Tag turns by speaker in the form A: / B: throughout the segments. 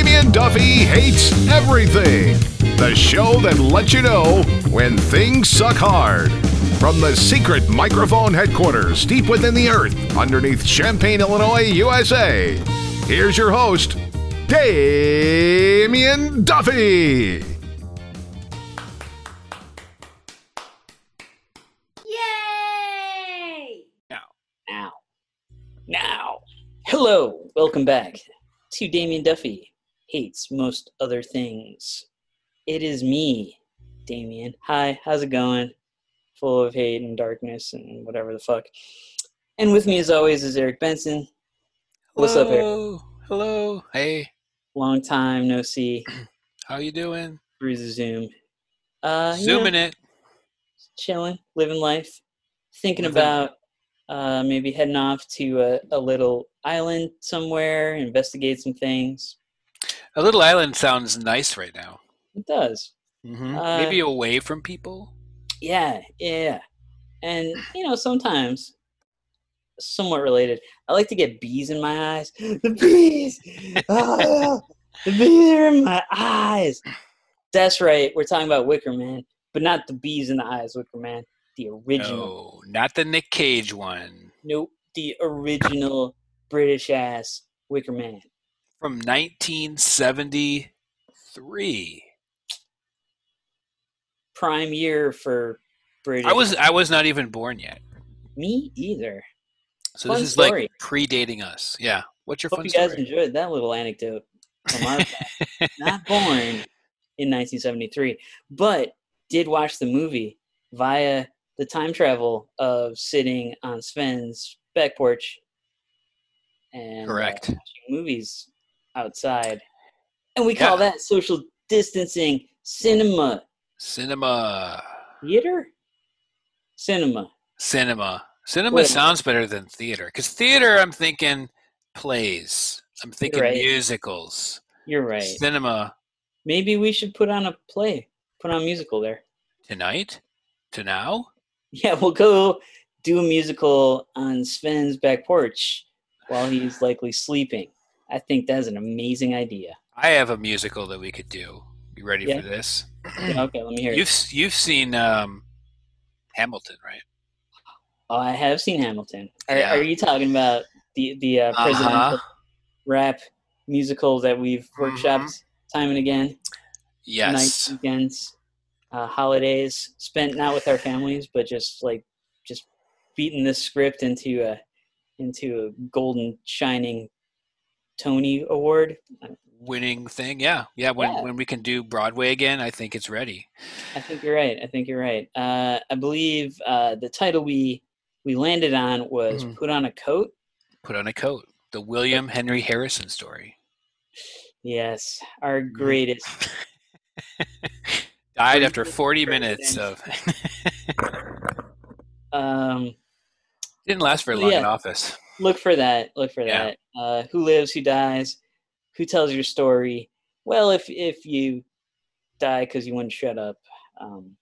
A: Fluffy Hates Everything, the show that lets you know when things suck hard. From the secret microphone headquarters deep within the earth, underneath Champaign, Illinois, USA, here's your host, Damien Duffy.
B: Yay!
C: now. Now. Hello. Welcome back to Damien Duffy Hates Most Other Things. It is me, Damien. Hi, how's it going? Full of hate and darkness and whatever the fuck. And with me, as always, is Eric Benson. What's up, Eric?
D: Hello. Hello. Hey,
C: Long time no see
D: how you doing?
C: through the Zoom. Uh, you know,
D: Zooming it.
C: chilling, living life, thinking
D: Living.
C: about uh, maybe heading off to a, a little island somewhere, investigate some things.
D: A little island sounds nice right now.
C: It does.
D: hmm
C: Uh,
D: Maybe away from people.
C: Yeah, yeah. And you know, sometimes somewhat related. I like to get bees in my eyes. The bees. Ah, the bees are in my eyes. That's right. We're talking about Wicker Man, but not the bees in the eyes Wicker Man. The original.
D: No, not the Nick Cage one
C: Nope. The original British ass Wicker Man.
D: from 1973.
C: Prime year for British.
D: I was I was not even born yet,
C: me either.
D: so
C: Fun
D: this is
C: story.
D: like predating us. Yeah. What's your
C: Hope
D: fun
C: you guys
D: story?
C: enjoyed that little anecdote from our past. Not born in 1973, but did watch the movie via the time travel of sitting on Sven's back porch and uh,
D: Correct.
C: watching movies outside. And we call that social distancing cinema
D: Cinema.
C: theater? Cinema.
D: Cinema. Cinema
C: Wait a minute.
D: sounds better than theater because theater, I'm thinking plays. I'm thinking
C: right.
D: musicals.
C: You're right.
D: Cinema
C: Maybe we should put on a play, put on a musical there.
D: tonight to now.
C: Yeah, we'll go do a musical on Sven's back porch while he's likely sleeping. I think that's an amazing idea.
D: I have a musical that we could do. You ready
C: Yeah.
D: for this?
C: Yeah, okay, let me hear it.
D: You've you've seen um, Hamilton, right?
C: Oh, I have seen Hamilton. Are,
D: Yeah. Uh-huh.
C: are you talking about the the uh, presidential rap musical that we've workshopped time and again? Nights,
D: Mm-hmm. Yes.
C: weekends, uh, holidays spent not with our families, but just like just beating this script into a into a golden shining Tony award.
D: Winning thing. Yeah. Yeah. When
C: Yeah.
D: when we can do Broadway again, I think it's ready.
C: I think you're right. I think you're right. Uh, I believe uh, the title we we landed on was
D: Mhm.
C: "Put on a Coat."
D: Put on a coat. The William Henry Harrison story.
C: Yes, our
D: Mm-hmm.
C: greatest.
D: Died
C: Pretty
D: after
C: good
D: 40 minutes of.
C: Um,
D: Didn't last very long in
C: Yeah.
D: office.
C: look for that. Look for
D: Yeah.
C: that. Uh, who lives? Who dies? Who tells your story? Well, if if you die because you wouldn't shut up, um,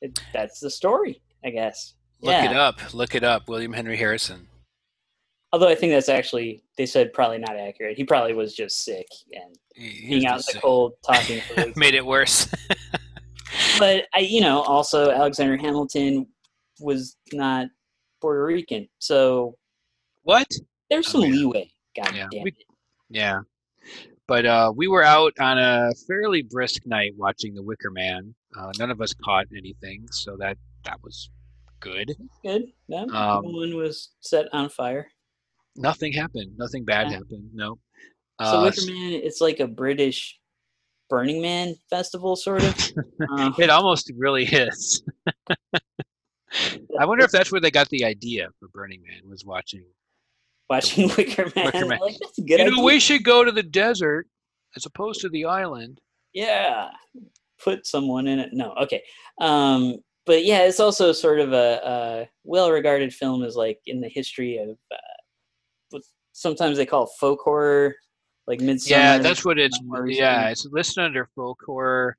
C: it, that's the story, I guess.
D: Look
C: yeah.
D: it up. Look it up. William Henry Harrison.
C: Although I think that's actually they said probably not accurate. He probably was just sick and
D: He- he was
C: being out in
D: just
C: the
D: sick.
C: cold, talking for weeks.
D: Made it worse.
C: but I, you know, also Alexander Hamilton was not Puerto Rican, so
D: what?
C: there's
D: Oh,
C: some
D: yeah.
C: leeway. God
D: Yeah.
C: damn
D: We-
C: it!
D: Yeah. But uh, we were out on a fairly brisk night watching The Wicker Man. Uh, none of us caught anything, so that that was good.
C: Good. No,
D: Um,
C: no one was set on fire.
D: Nothing happened. Nothing bad
C: Yeah.
D: happened. No.
C: So
D: Uh,
C: Wicker Man, it's like a British Burning Man festival, sort of. Uh,
D: It almost really is. I wonder if that's where they got the idea for Burning Man was watching.
C: watching Wicker Man,
D: Wicker Man.
C: like that's a good
D: you know,
C: idea.
D: we should go to the desert as opposed to the island.
C: yeah put someone in it no okay um but yeah it's also sort of a, a well-regarded film as like in the history of uh, what sometimes they call folk horror like midsummer
D: Yeah, that's what it's.
C: Midsummer is
D: Yeah,
C: in-
D: it's listed under folk horror.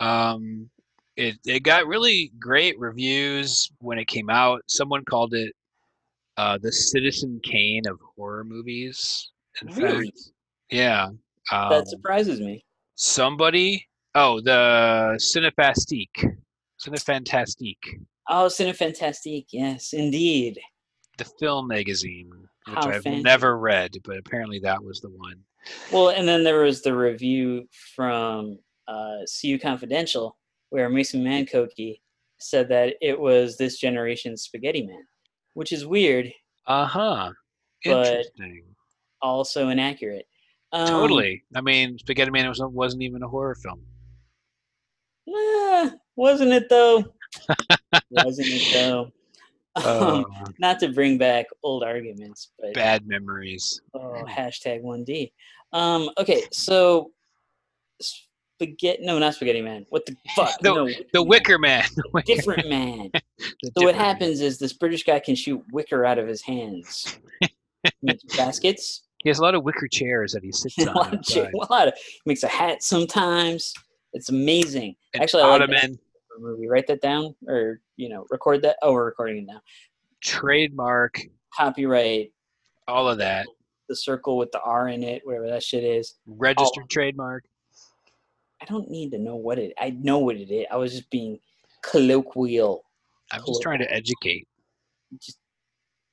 D: Um, it it got really great reviews when it came out. Someone called it uh, the Citizen Kane of horror movies. In
C: Really?
D: fact, yeah. Um,
C: that surprises me.
D: somebody. Oh, the Cinefastique. Cinefantastique,
C: Oh, Cinefantastique, yes, indeed.
D: the film magazine, which
C: How
D: I've
C: fancy.
D: never read, but apparently that was the one.
C: Well, and then there was the review from uh, CU Confidential where Mason Mankoki said that it was this generation's Spaghetti Man, which is weird,
D: Uh huh.
C: But-
D: Interesting.
C: also inaccurate. Um,
D: totally. I mean, Spaghetti Man was, wasn't even a horror film.
C: nah, eh, wasn't it though? wasn't it though? Um,
D: Oh,
C: not to bring back old arguments, but
D: bad memories.
C: Oh, hashtag 1D. Um, okay, so spaghetti? No, not spaghetti man. What the fuck?
D: The-
C: no,
D: The
C: Wicker
D: Wicker Man.
C: Man. Different man.
D: The
C: So what
D: different-
C: happens is this British guy can shoot wicker out of his hands. He makes baskets.
D: He has a lot of wicker chairs that he sits
C: A
D: on.
C: lot of
D: outside.
C: shit- a lot of- he makes a hat sometimes. It's amazing.
D: An
C: Actually, I like that.
D: Ottoman
C: Movie. Write that down, or you know, record that. Oh, we're recording it now.
D: trademark,
C: Copyright
D: all of that,
C: the circle with the R in it, whatever that shit is.
D: registered
C: Oh.
D: trademark.
C: I don't need to know what it. I know what it is. I was just being colloquial,
D: I'm
C: Cool.
D: just trying to educate.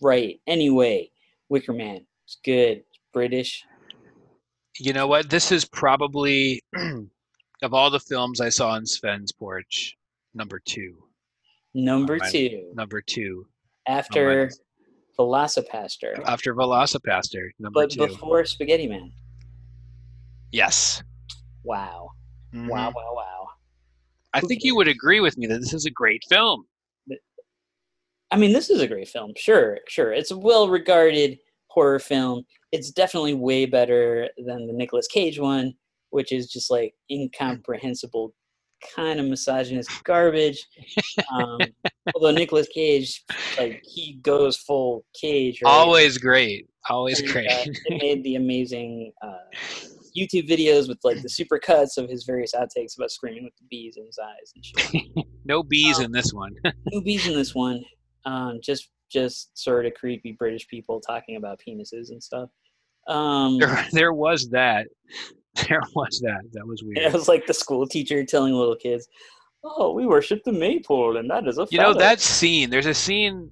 C: right? Anyway, Wicker Man. It's good. It's British.
D: You know what? This is probably of all the films I saw on Sven's porch, number two.
C: Number
D: Alright.
C: two
D: Number two
C: after Velocipaster,
D: after Velocipaster. Uh, Number
C: but
D: two.
C: before Spaghetti Man.
D: yes.
C: Wow!
D: Mhm.
C: Wow! Wow! Wow!
D: I think you would agree with me that this is a great film.
C: I mean, this is a great film. Sure, sure. It's a well-regarded horror film. It's definitely way better than the Nicolas Cage one, which is just like incomprehensible, kind of misogynist garbage. Um, although Nicolas Cage, like he goes full Cage. Right?
D: Always great. Always
C: And, uh,
D: great.
C: it made the amazing uh, YouTube videos with like the super cuts of his various outtakes about screaming with the bees in his eyes and shit
D: no bees
C: um,
D: in this one.
C: newbies in this one. Um, just just sort of creepy British people talking about penises and stuff. Um,
D: there, there was that. There was that. That was
C: it
D: weird.
C: was like the school teacher telling little kids, "Oh, we worship the maypole, and that is a
D: You know
C: phallic."
D: that scene. There's a scene,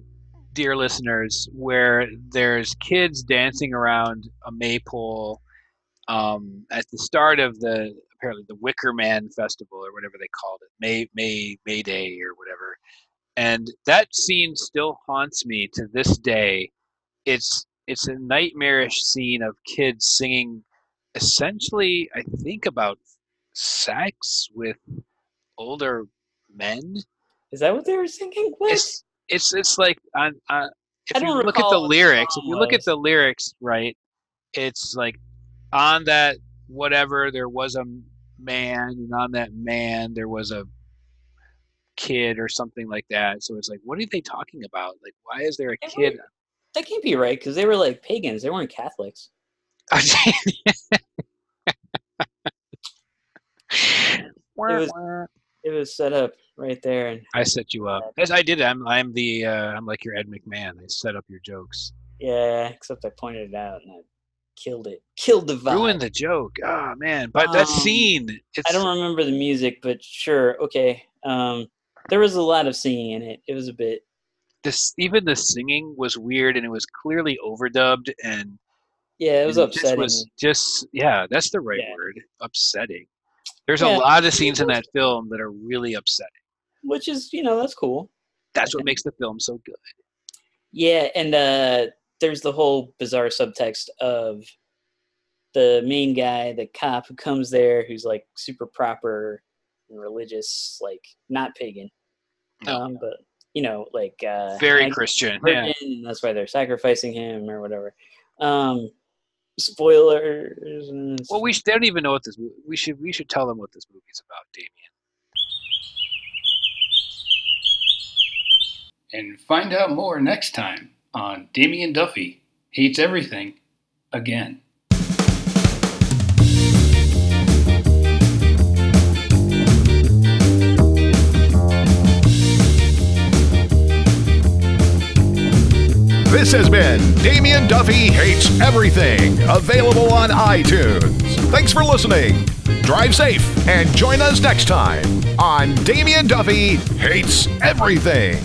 D: dear listeners, where there's kids dancing around a maypole um, at the start of the apparently the Wicker Man Festival or whatever they called it, May May May Day or whatever. And that scene still haunts me to this day. It's it's a nightmarish scene of kids singing, essentially, I think about sex with older men
C: is that what they were singing? What?
D: it's it's it's like on, on
C: I
D: if you
C: don't
D: look at
C: recall
D: the
C: what the
D: lyrics, if
C: song
D: you look at
C: was.
D: the lyrics, right, it's like on that whatever there was a man, and on that man there was a kid or something like that. So it's like, what are they talking about? Like, why is there a
C: They
D: kid?
C: that can't be right because they were like pagans; they weren't Catholics. was- It was set up right there, and
D: I set you up. Yes, I did. I'm I'm the uh, I'm like your Ed McMahon. I set up your jokes.
C: yeah, except I pointed it out and I killed it, killed the vibe.
D: Ruin the joke. Ah man, but that
C: Um,
D: scene. It's,
C: I don't remember the music, but sure, okay. Um, there was a lot of singing in it. It was a bit
D: this even the singing was weird and it was clearly overdubbed and
C: Yeah, it was
D: and
C: upsetting.
D: Just was just yeah, that's the right
C: Yeah.
D: word. Upsetting. There's
C: Yeah,
D: a lot of scenes in
C: was-
D: that film that are really upsetting.
C: which is, you know, that's cool.
D: That's what
C: Okay.
D: makes the film so good.
C: Yeah, and uh there's the whole bizarre subtext of the main guy, the cop who comes there who's like super proper and religious, like not pagan.
D: No.
C: Um, but you know, like uh
D: Very
C: I-
D: Christian. Yeah.
C: Virgin, and that's why they're sacrificing him or whatever. Um spoilers and
D: Well, we sh- they don't even know what this. mo- We should we should tell them what this movie's about, Damien.
B: and find out more next time on Damien Duffy Hates Everything Again.
A: This has been Damien Duffy Hates Everything, available on iTunes. Thanks for listening. Drive safe and join us next time on Damien Duffy Hates Everything.